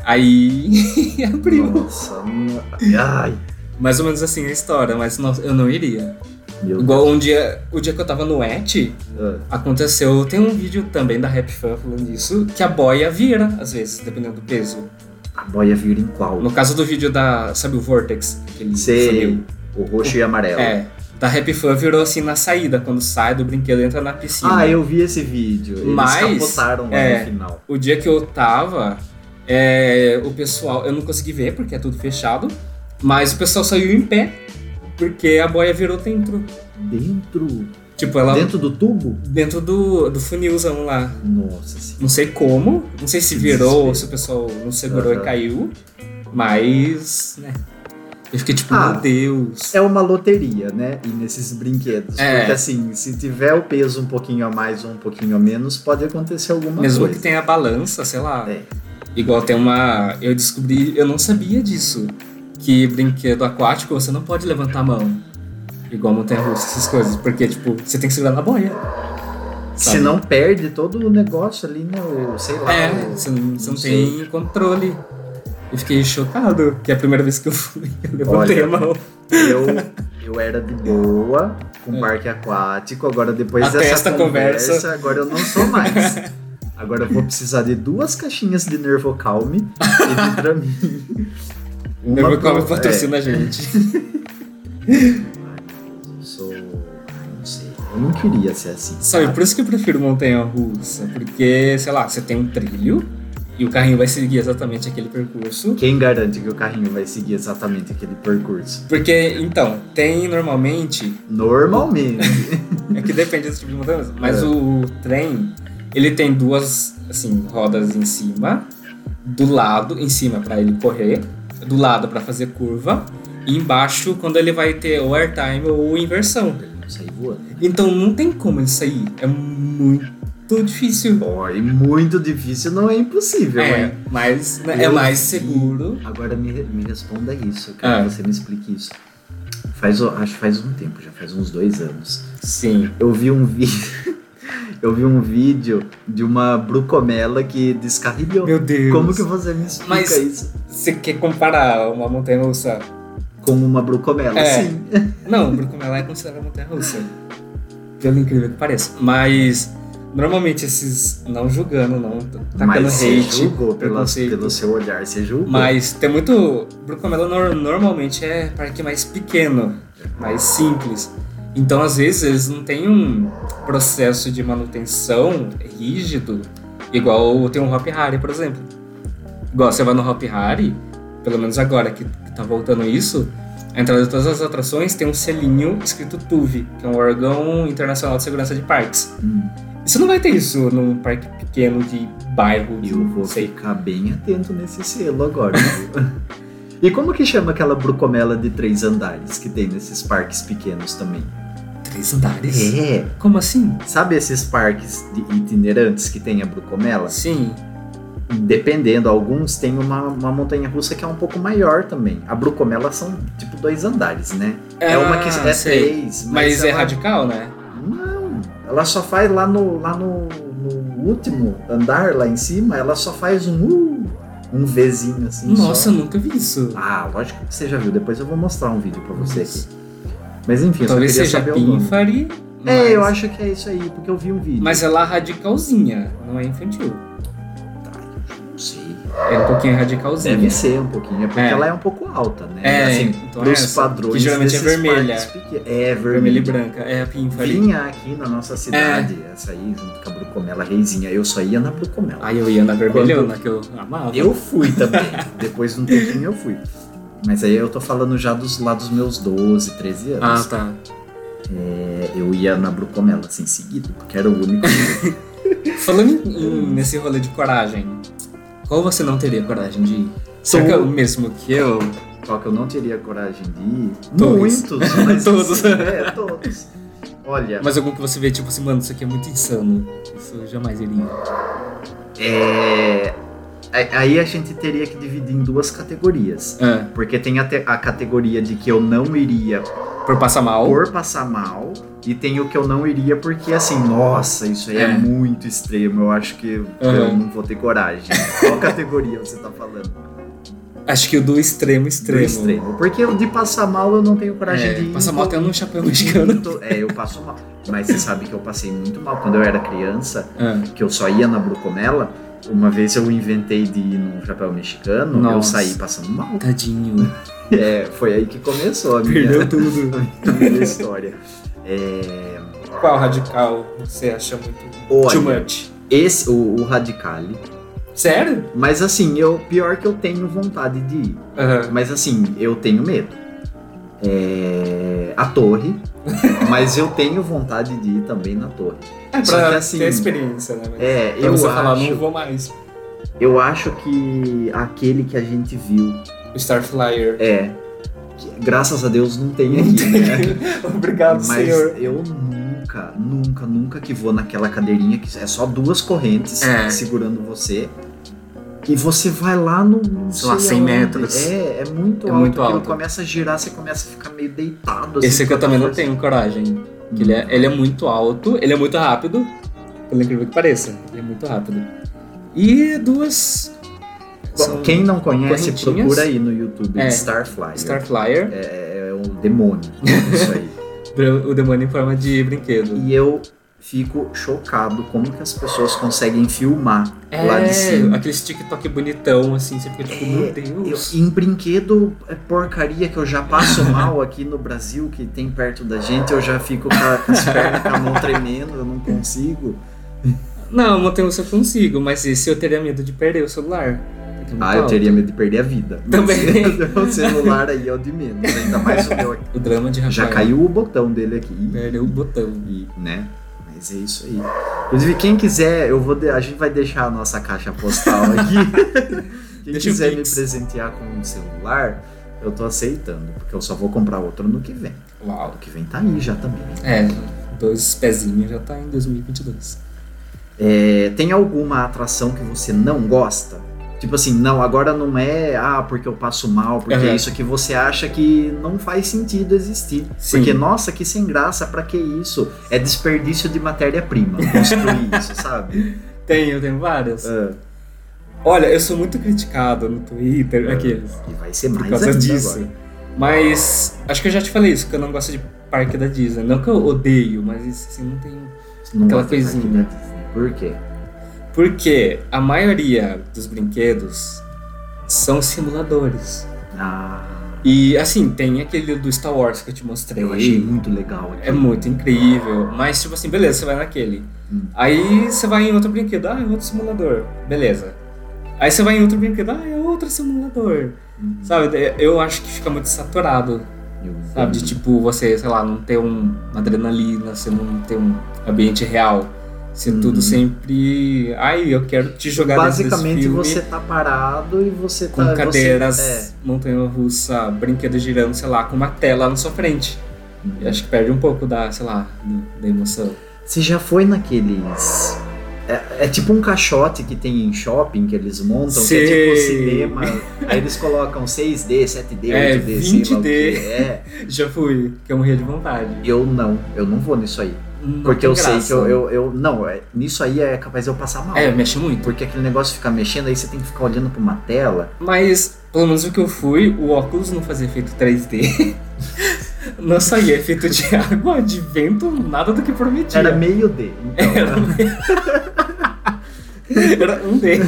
Aí *laughs* É abriu. Nossa, no- ai, Mais ou menos assim a história, mas nossa, eu não iria. meu Igual um dia, o dia que eu tava no ET, Deus. Aconteceu, tem um vídeo também da Rap Fan falando disso, que a boia vira, às vezes, dependendo do peso. Ah, A boia vira em qual? No caso do vídeo da, sabe o Vortex? Que ele Sei, subiu? o roxo e amarelo. É, da Rap Fan virou assim na saída, quando sai do brinquedo e entra na piscina. Ah, eu vi esse vídeo. Eles Mas, capotaram lá é, no final. O dia que eu tava, é, o pessoal, eu não consegui ver porque é tudo fechado, mas o pessoal saiu em pé, porque a boia virou dentro. Dentro. Tipo, ela dentro, Dentro do tubo? do, do funilzão lá. Nossa senhora. Não sei como, não sei se virou ou se o pessoal não segurou Aham. e caiu, mas, né. Eu fiquei tipo, Ah. meu Deus. É uma loteria, né? E nesses brinquedos. É. Porque assim, se tiver o peso um pouquinho a mais ou um pouquinho a menos, pode acontecer alguma Mesmo coisa. que tenha a balança, sei lá. É. Igual tem uma. Eu descobri, eu não sabia disso. Que brinquedo aquático você não pode levantar a mão. Igual montanha russa, essas coisas. Porque, tipo, você tem que segurar na boia. Se não perde todo o negócio ali, né? O, sei lá. É, o- você não, você não não tem controle. Eu fiquei chocado, que é a primeira vez que eu *laughs* fui, eu levantei Olha, a mão. Eu, eu era de boa com É. parque aquático, agora depois Até dessa esta conversa, conversa. agora eu não sou mais. Agora eu vou precisar de duas caixinhas de Nervocalme e de Dramin. Uma Eu vou pro- comer patrocina a gente. é, sou... Não sei. Eu não queria ser assim. Sabe, sabe? por isso que eu prefiro montanha russa, porque, sei lá, você tem um trilho e o carrinho vai seguir exatamente aquele percurso. Quem garante que o carrinho vai seguir exatamente aquele percurso? Porque, então, tem normalmente, Normalmente. é que depende do tipo de montanha, russa, mas É. o trem, ele tem duas, assim, rodas em cima, do lado, em cima pra ele correr, do lado pra fazer curva, e embaixo quando ele vai ter ou airtime ou inversão. Não sei voando. Então não tem como ele sair, é muito difícil. Ó, e muito difícil não é impossível, É, hein? mas né, é Eu mais vi- seguro. Agora me, me responda isso, eu quero Ah. que você me explique isso. Faz, o- acho que faz um tempo, já faz uns dois anos. Sim. Eu vi *laughs* um vídeo. Eu vi um vídeo de uma brucomela que descarrilhou. Meu Deus. Como que você me explica Mas- isso? Você quer comparar uma montanha russa? Com uma brucomela, É. sim. Não, Brucumelá é considerada montanha russa. Pelo incrível que pareça. Mas Normalmente esses. Não julgando, não. Tacando Mas você tá hate. julgou pela, preconceito. pelo seu olhar, você julgou. Mas tem muito. Brucomelo nor- normalmente é parque mais pequeno, mais simples. Então, às vezes, eles não têm um processo de manutenção rígido, igual tem um Hop Harry, por exemplo. Igual você vai no Hop Harry, pelo menos agora que, que tá voltando isso, a entrada de todas as atrações tem um selinho escrito TUV, que é um órgão internacional de segurança de parques. Hum, Você não vai ter isso num parque pequeno de bairro, de eu vou sei ficar bem atento nesse selo agora. viu? *laughs* e como que chama aquela brucomela de três andares que tem nesses parques pequenos também? Três andares? É. Como assim? Sabe esses parques de itinerantes que tem a brucomela? Sim. Dependendo, alguns tem uma, uma montanha russa que é um pouco maior também. A brucomela são tipo dois andares, né? é uma que é Ah, sei. três, Mas é ela- radical, né? Não, ela só faz lá no, lá no, no último andar, lá em cima, ela só faz um uh, um Vzinho assim. só. Nossa, eu nunca vi isso. Ah, lógico que você já viu, depois eu vou mostrar um vídeo pra você Nossa. aqui. Mas enfim, Talvez eu só queria seja saber o nome. pínfari. mas- É, eu acho que é isso aí, porque eu vi um vídeo. Mas ela é radicalzinha, não é infantil. Não sei. É um pouquinho radicalzinha. Deve ser um pouquinho, é porque É. ela é um pouco alta, né? É, assim, então é pros essa, padrões. que geralmente é desses vermelha. parques pequenos. É, Vermelha e vermelha. branca. É a pínfari. Vinha aqui na nossa cidade, É. essa aí, junto com a Brucomela, reizinha. Eu só ia na Brucomela. Ai, eu ia na vermelhona, que eu amava. Eu fui também. *laughs* Depois de um tempinho eu fui. Mas aí eu tô falando já dos lá dos meus 12, 13 Ah, anos. tá. É, eu ia na Brucomela assim seguido, porque era o *laughs* único. Falando em- em- nesse rolê de coragem, qual você não teria coragem de ir? Será Tô- que é o mesmo que eu? Qual que eu não teria coragem de ir? Todos. Muitos, mas *laughs* Todos. assim, é, todos. Olha, Mas algum que você vê, tipo assim, mano, isso aqui é muito insano. Isso eu jamais iria. é, a- aí a gente teria que dividir em duas categorias. Ah, Porque tem a, te- a categoria de que eu não iria por passar mal. por passar mal e tem o que eu não iria porque assim, nossa, isso aí é, É. muito extremo, eu acho que eu Aham. não vou ter coragem. *laughs* Qual categoria você tá falando? Acho que o do extremo extremo. Do extremo. Porque o de passar mal eu não tenho coragem É, de ir. passa mal até num *laughs* chapéu mexicano. muito, É, eu passo mal. Mas você sabe que eu passei muito mal quando eu era criança, Ah, que eu só ia na Brucomela. Uma vez eu inventei de ir num chapéu mexicano, eu Nossa. saí passando mal. tadinho. É, foi aí que começou a minha, *laughs* Perdeu tudo. a minha história. É, Qual radical você acha muito olha, too much? Esse, o, o Radicale. Sério? Mas assim, eu pior que eu tenho vontade de ir. Aham. Mas assim, eu tenho medo. É, a *laughs* torre. mas eu tenho vontade de ir também na torre. É Só que pra assim, ter experiência, né? Mas É, pra eu você acho, falar, não vou mais. eu acho que aquele que a gente viu O Star Flyer. é. que, graças a Deus não tem aqui, né? *laughs* Obrigado, Mas senhor. eu nunca, nunca, nunca que vou naquela cadeirinha que é só duas correntes É. segurando você. E você vai lá no. não Sei lá, sei 100 aonde. metros. É, é muito É alto. muito aquilo alto. começa a girar, você começa a ficar meio deitado. assim, Esse que eu com a também não força. tenho coragem. Que ele, é, ele é muito alto, ele é muito rápido, pelo incrível que pareça. Ele é muito rápido. E duas. Bom, Quem não conhece, correntinhas. procura aí no YouTube É. Starfly. Star Flyer, É, é um *laughs* demônio. isso aí. o demônio em forma de brinquedo. E eu fico chocado como que as pessoas conseguem filmar É. lá de cima. aquele TikTok bonitão, assim, você fica tipo, É, meu Eu- Deus. em brinquedo é porcaria que eu já passo mal aqui no Brasil, que tem perto da gente, eu já fico com, a- com as pernas, com a mão tremendo, eu não consigo. Não, manter o eu consigo, mas esse eu teria medo de perder o celular. Porque é muito Ah, eu alto. teria medo de perder a vida. Mas Também. *laughs* o celular aí é o de menos, ainda mais o meu *laughs* aqui. O drama de rapaz. Já caiu o botão dele aqui. Ih, Perdeu o botão. e, né? Mas é isso aí. Inclusive, quem quiser, eu vou de- a gente vai deixar a nossa caixa *laughs* postal aqui. quem Deixa o quiser me Pix. presentear com um celular, eu tô aceitando, porque eu só vou comprar outro no que vem. Uau. O que vem tá aí já também. né? É, dois pezinhos já tá em 2022. É, tem alguma atração que você não gosta? Tipo assim, não, agora não é, ah, porque eu passo mal, porque Aham. é isso que você acha que não faz sentido existir. Sim. Porque, nossa, que sem graça, pra que isso? É desperdício de matéria-prima *laughs* construir isso, sabe? Tenho, tenho várias. Ah, Olha, eu sou muito criticado no Ah. Twitter, aqueles. e vai ser por mais causa ainda disso. agora. Mas acho que eu já te falei isso, que eu não gosto de parque da Disney. Não que eu odeio, mas assim, não tenho Não Aquela vai ter coisinha. parque da Disney. Por quê? Porque a maioria dos brinquedos são simuladores. Ah, E assim, tem aquele do Star Wars que eu te mostrei. eu achei muito legal aqui. É muito incrível. Mas, tipo assim, beleza, você vai naquele. Hum. Aí você vai em outro brinquedo, ah, é outro simulador. Beleza. Aí você vai em outro brinquedo, ah, é outro simulador. Hum. Sabe, é, eu acho que fica muito saturado Eu Sabe, de tipo, você, sei lá, não ter um, uma adrenalina, você não ter um ambiente real. Você Uhum. tudo sempre. Ai, eu quero te jogar Basicamente dentro desse você filme tá parado e você com tá. você- cadeiras, é. montanha russa, brinquedo girando, sei lá, com uma tela na sua frente. Eu acho que perde um pouco da, sei lá, do- da emoção. é. *laughs* Você já foi naqueles. É, é tipo um caixote que tem em shopping que eles montam, que é tipo Sei. cinema. Aí eles colocam 6D, 7D, É, 8D, sei lá o 20D. quê. É, Já fui, que eu morria de vontade. eu não, eu não vou nisso aí. Não Porque tem eu sei graça. que eu. eu, eu- não, é- nisso aí é capaz de eu passar mal. É, mexe muito. Porque aquele negócio fica mexendo, aí você tem que ficar olhando pra uma tela. Mas, pelo menos o que eu fui, o óculos não fazia efeito 3D. *laughs* não saía efeito de *laughs* água, de vento, nada do que prometia. Era meio D. Então, Era um D.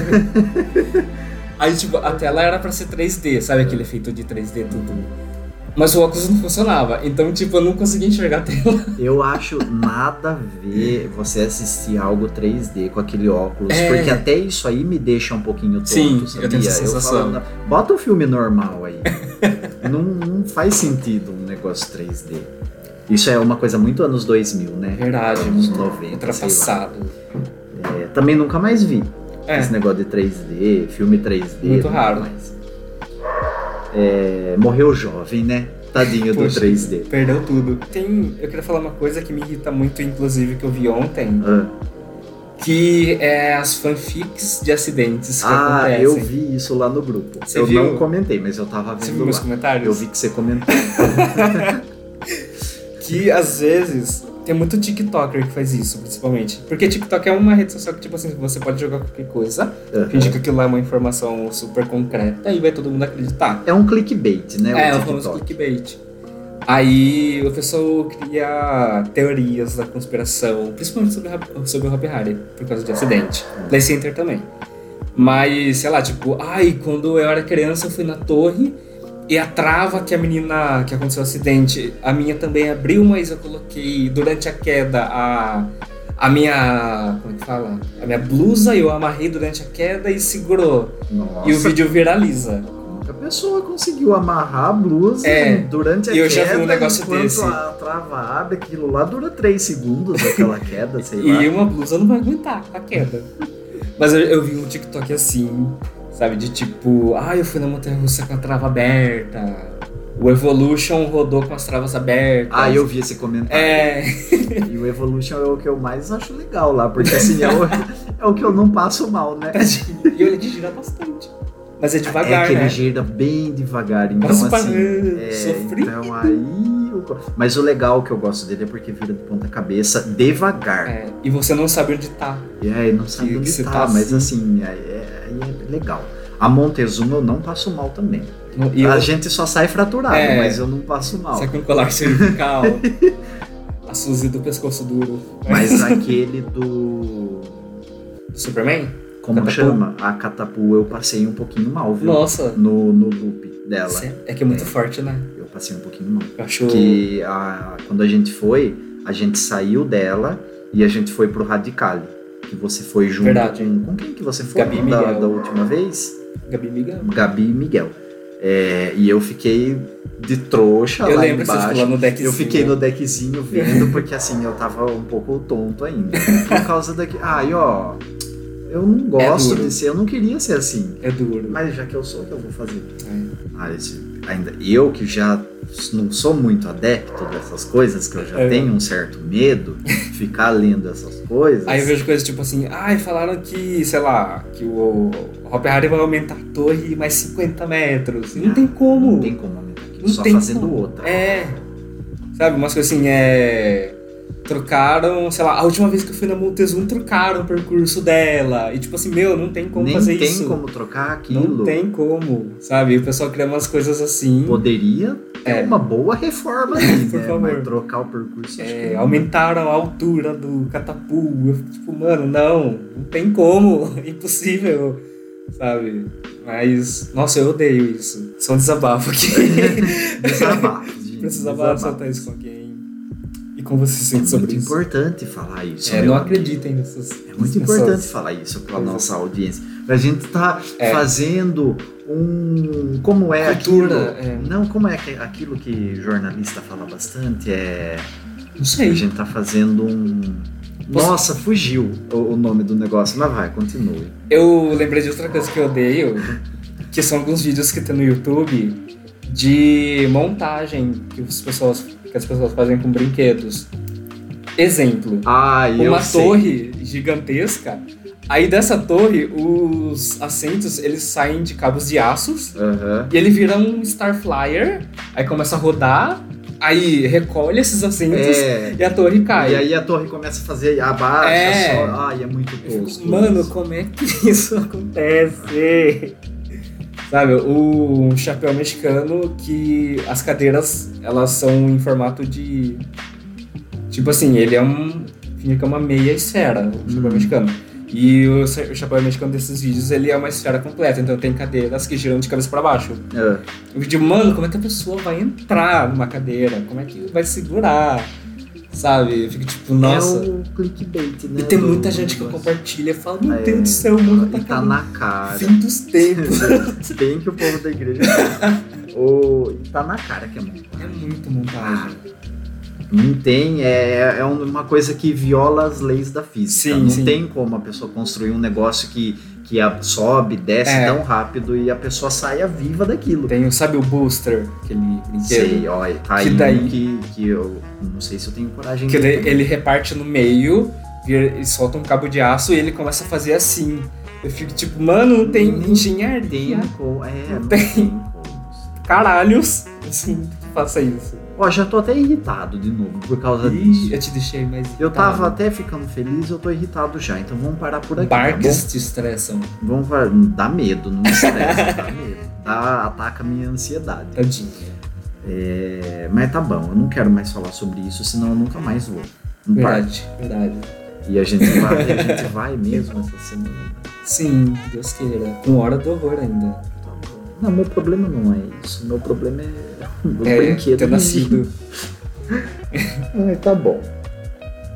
Aí, tipo, a tela era pra ser 3D, sabe aquele efeito de 3D tudo? Mas o óculos não funcionava, então, tipo, eu não conseguia enxergar a tela. *laughs* Eu acho nada a ver você assistir algo 3D com aquele óculos, É. porque até isso aí me deixa um pouquinho tonto, Sim, eu sabia? tenho essa sensação. falo, "Não, bota um filme normal aí. *laughs* não, não faz sentido um negócio 3D. Isso é uma coisa muito anos 2000, né? É Verdade, anos muito 90, sei lá. Hum, Ultrapassado. É, também nunca mais vi É, esse negócio de 3D, filme 3D. Muito nunca raro. mais. É, morreu jovem, né? Tadinho do Poxa. 3D. perdeu tudo. Tem, eu queria falar uma coisa que me irrita muito, inclusive, que eu vi ontem, Ah. que é as fanfics de acidentes que Ah, acontecem. eu vi isso lá no grupo. Você eu não viu? comentei, mas eu tava Você vendo viu meus lá. comentários? Eu vi que você comentou. que às vezes tem muito TikToker que faz isso, principalmente. Porque TikTok é uma rede social que, tipo assim, você pode jogar qualquer coisa, finge que aquilo lá é uma informação super concreta e vai todo mundo acreditar. É um clickbait, né? É, o o famoso TikTok. clickbait. Aí o pessoal cria teorias da conspiração, principalmente sobre, a- sobre o Happy Harry, por causa de acidente. Da Center também. Mas, sei lá, tipo, ai, quando eu era criança eu fui na torre e a trava que a menina que aconteceu o acidente, a minha também abriu, mas eu coloquei durante a queda a. A minha. Como é que fala? A minha blusa eu amarrei durante a queda e segurou. Nossa, E o vídeo viraliza. a pessoa conseguiu amarrar a blusa É, durante a eu já queda. vi um negócio enquanto desse. a trava abre, aquilo lá dura 3 segundos, aquela queda, sei lá. *laughs* E uma blusa não vai aguentar a queda. Mas eu, eu vi um TikTok assim, sabe? De tipo, ah, eu fui na montanha russa com a trava aberta. O Evolution rodou com as travas abertas. Ah, eu vi esse comentário. É, *laughs* E o Evolution é o que eu mais acho legal lá, porque assim, é o, é o que eu não passo mal, né? tadinho. tá E ele gira bastante. Mas é é devagar, que ele né? gira bem devagar, então Passa assim. parando, É, sofrido. então aí. eu go- Mas o legal que eu gosto dele é porque vira de ponta cabeça devagar. É, e você não sabe onde tá. E aí não sabe Que- onde que você tá, tá mas assim, aí é, aí é legal. A Montezuma eu não passo mal também. E a eu- gente só sai fraturado, É. mas eu não passo mal. sai com colar cervical. *laughs* a Suzy do pescoço duro. Mas aquele do. Superman? Como Catapu? chama? A Catapu eu passei um pouquinho mal, viu? Nossa. No, no loop dela. É que é muito forte, né? Eu passei um pouquinho mal. Eu acho. que a- quando a gente foi, a gente saiu dela e a gente foi pro Radicale. Que você foi junto Verdade. com. Com quem que você foi Gabi e da, Miguel. da última vez? Gabi Miguel. Gabi e Miguel. É, e eu fiquei de trouxa Eu Tá lá lembro que você ficou lá embaixo. no deckzinho. Eu fiquei no deckzinho vendo, porque assim, eu tava um pouco tonto ainda. Por causa daqui. Ai, ó. Eu não gosto É duro. de ser, eu não queria ser assim. É duro. Mas já que eu sou, o que eu vou fazer? É. Ah, esse- ainda eu que já não sou muito adepto dessas coisas, que eu já É. tenho um certo medo *laughs* de ficar lendo essas coisas. Aí eu vejo coisas tipo assim, ai, falaram que, sei lá, que o Hopper Harry vai aumentar a torre mais 50 metros. Não tem como. Não tem como aumentar aquilo, Não só tem É, fazendo como. outra. É. Sabe, umas coisas assim, é. Trocaram, sei lá, a última vez que eu fui na Montezum, trocaram o percurso dela. E tipo assim, meu, não tem como Nem fazer tem isso. como trocar aquilo. não tem como, sabe? E o pessoal cria umas coisas assim. Poderia ter É. uma boa reforma ali, *laughs* Por né? favor. Mas trocar o percurso acho que É, não. *laughs* aumentaram a altura do catapu. Eu fico tipo, mano, não, não tem como, *laughs* é impossível, sabe? Mas, nossa, eu odeio isso. Só um *laughs* desabafo aqui. Desabafos, gente. *laughs* Precisava desabafos. soltar isso com alguém. E como você se sente É muito sobre isso? importante falar isso. né? É, meu não amigo. acreditem nessas. É muito importante falar isso para Exato. nossa audiência. A gente tá É. fazendo um como é Cultura, aquilo. é. Não, como é que- aquilo que jornalista fala bastante é Não a sei. gente tá fazendo um Nossa, fugiu o, o nome do negócio, mas vai, continue. Eu lembrei de outra coisa que eu odeio, que são alguns vídeos que tem no YouTube de montagem que, os pessoas, que as pessoas fazem com brinquedos. Exemplo, Ah, eu uma sei. torre gigantesca. Aí dessa torre, os assentos eles saem de cabos de aços Aham. e ele vira um Star Flyer. Aí começa a rodar, aí recolhe esses assentos É. e a torre cai. E aí a torre começa a fazer abaixo, É. só. Ai, é muito Eu tosco. fico, Mano, isso. como é que *laughs* isso acontece? Sabe, o um chapéu mexicano que as cadeiras elas são em formato de. Tipo assim, ele é um. Fica uma meia esfera, o chapéu Hum. mexicano. E o, cha- o chapéu mexicano desses vídeos ele é uma esfera completa, então tem cadeiras que giram de cabeça pra baixo. É. Eu digo, mano, como é que a pessoa vai entrar numa cadeira? Como é que vai segurar? Sabe? Eu fico tipo, nossa. É o clickbait, né? E tem do- muita do gente que negócio. compartilha e fala, meu É, Deus do céu, o mundo tá, E tá acabando. na cara. Fim dos tempos. Bem que o povo da igreja. o... E tá na cara que é muito. Ah, é muito montagem. Não tem, é, é uma coisa que viola as leis da física. Sim, não sim. tem como a pessoa construir um negócio que, que a- sobe, desce É. tão rápido e a pessoa saia viva daquilo. Tem, o- sabe o booster, aquele brinquedo? Sei, ó, tá Que aí um daí- que, que eu não sei se eu tenho coragem Que de- ele, ele reparte no meio, vira- e solta um cabo de aço e ele começa a fazer assim. Eu fico tipo, mano, não tem Nem engenharia. Tem como, é, Não não tem. tem. como. Caralhos, assim, que faça isso. Ó, já tô até irritado de novo por causa Ih, disso. eu te deixei tá. mais Eu irritado. tava até ficando feliz, eu tô irritado já. Então vamos parar por aqui, tá bom? Barques te estressam. Vamos parar. Dá medo, não me estressa, dá medo. Dá, ataca a minha ansiedade. Tadinha. É, mas tá bom, eu não quero mais falar sobre isso, senão eu nunca mais vou. É. Não parte. Verdade, verdade. E a gente vai, a gente vai mesmo essa semana. Sim, Deus queira. Com hora do horror ainda. Tá bom. Não, meu problema não é isso. Meu problema é o é, brinquedo. ter nascido. Ai, tá bom.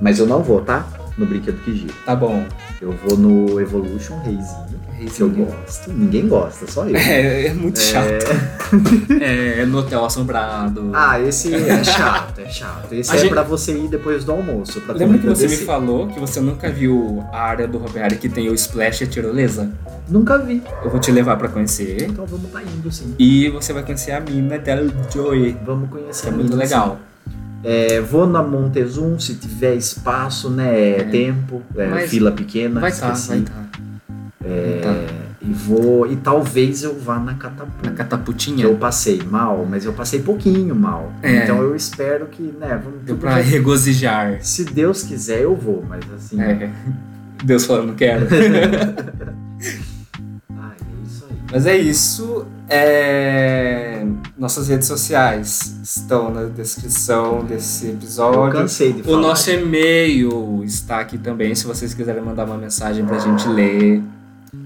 Mas eu não vou, tá? No brinquedo que gira. Tá bom. Eu vou no Evolution Reizinho, que eu gosto. Ninguém gosta, só eu. É, é muito chato. *laughs* É, no hotel assombrado. Ah, esse é chato, é chato. Esse A é gente- pra você ir depois do almoço. Pra Lembra que poder você me descer. falou que você nunca viu a área do Roberto que tem o Splash e a tirolesa? Nunca vi. Eu vou te levar pra conhecer. Então vamos tá indo, sim. E você vai conhecer a mina Del Joy, Vamos que conhecer. é a muito mina, legal. sim. É, vou na Montezum, se tiver espaço, né? É. Tempo, é, Mas fila pequena, Vai tá, esqueci. vai tá. É, Vai tá. E vou. E talvez eu vá na Na catapulta. cataputinha. Eu passei mal, mas eu passei pouquinho mal. É. Então eu espero que, né, vamos Deu pra regozijar. Se Deus quiser, eu vou, mas assim. É. Deus falou, não *laughs* quero. Ai, é isso aí. Mas é isso. É, Nossas redes sociais estão na descrição desse Eu episódio. cansei de O falar. nosso é e-mail está aqui também, se vocês quiserem mandar uma mensagem pra gente ler.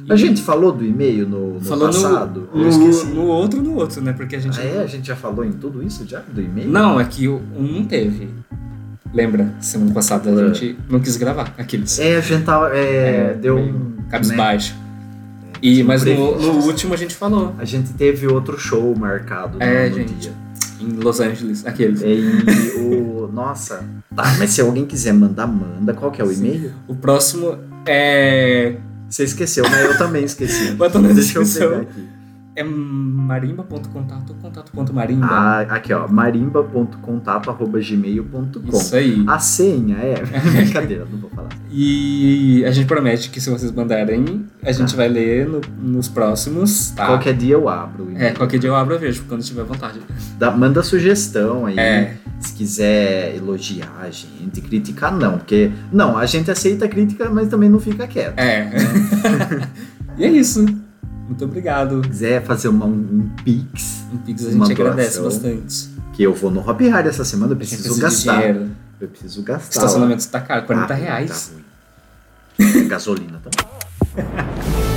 A gente falou do e-mail no, no Falou no- passado? eu no, esqueci. no outro no outro, né? Porque a gente. Ah, é? A gente já falou em tudo isso já? Do e-mail? Não, é que o- um não teve. Lembra? Semana passada a É. gente não quis gravar aqueles. É, a gente tava. É, É, deu meio um. né? Cabisbaixo. E, mas no, no imprevistos. último a gente falou. né? A gente teve outro show marcado no- É, no gente. dia. Em Los Angeles, aqueles. E o. Nossa. Tá, mas se alguém quiser mandar, manda. Qual que é o Sim. e-mail? O próximo é. Você esqueceu, né? Eu também esqueci. Bota na *laughs* Deixa eu descrição. pegar aqui. É marimba.contato ou contato.marimba? Ah, aqui, ó, marimba.contato.gmail.com. Isso aí. A senha *laughs* é. Brincadeira, não vou falar. E a gente promete que se vocês mandarem, a gente Tá. vai ler no- nos próximos, tá? Qualquer dia eu abro. É, qualquer dia eu abro e vejo, quando tiver vontade. Dá- manda sugestão aí. É, Se quiser elogiar a gente, criticar, não. Porque, não, a gente aceita a crítica, mas também não fica quieto. é. *laughs* e é isso. Muito obrigado. Se quiser fazer uma- um, um pix, Um Pix a Uma gente agradece doação. bastante. que eu vou no Hop Hard essa semana, eu A gente preciso precisa de gastar. dinheiro. Eu preciso gastar. Ah, Estacionamento tá caro, ó. 40 Ah, reais. Tá ruim. Gasolina também.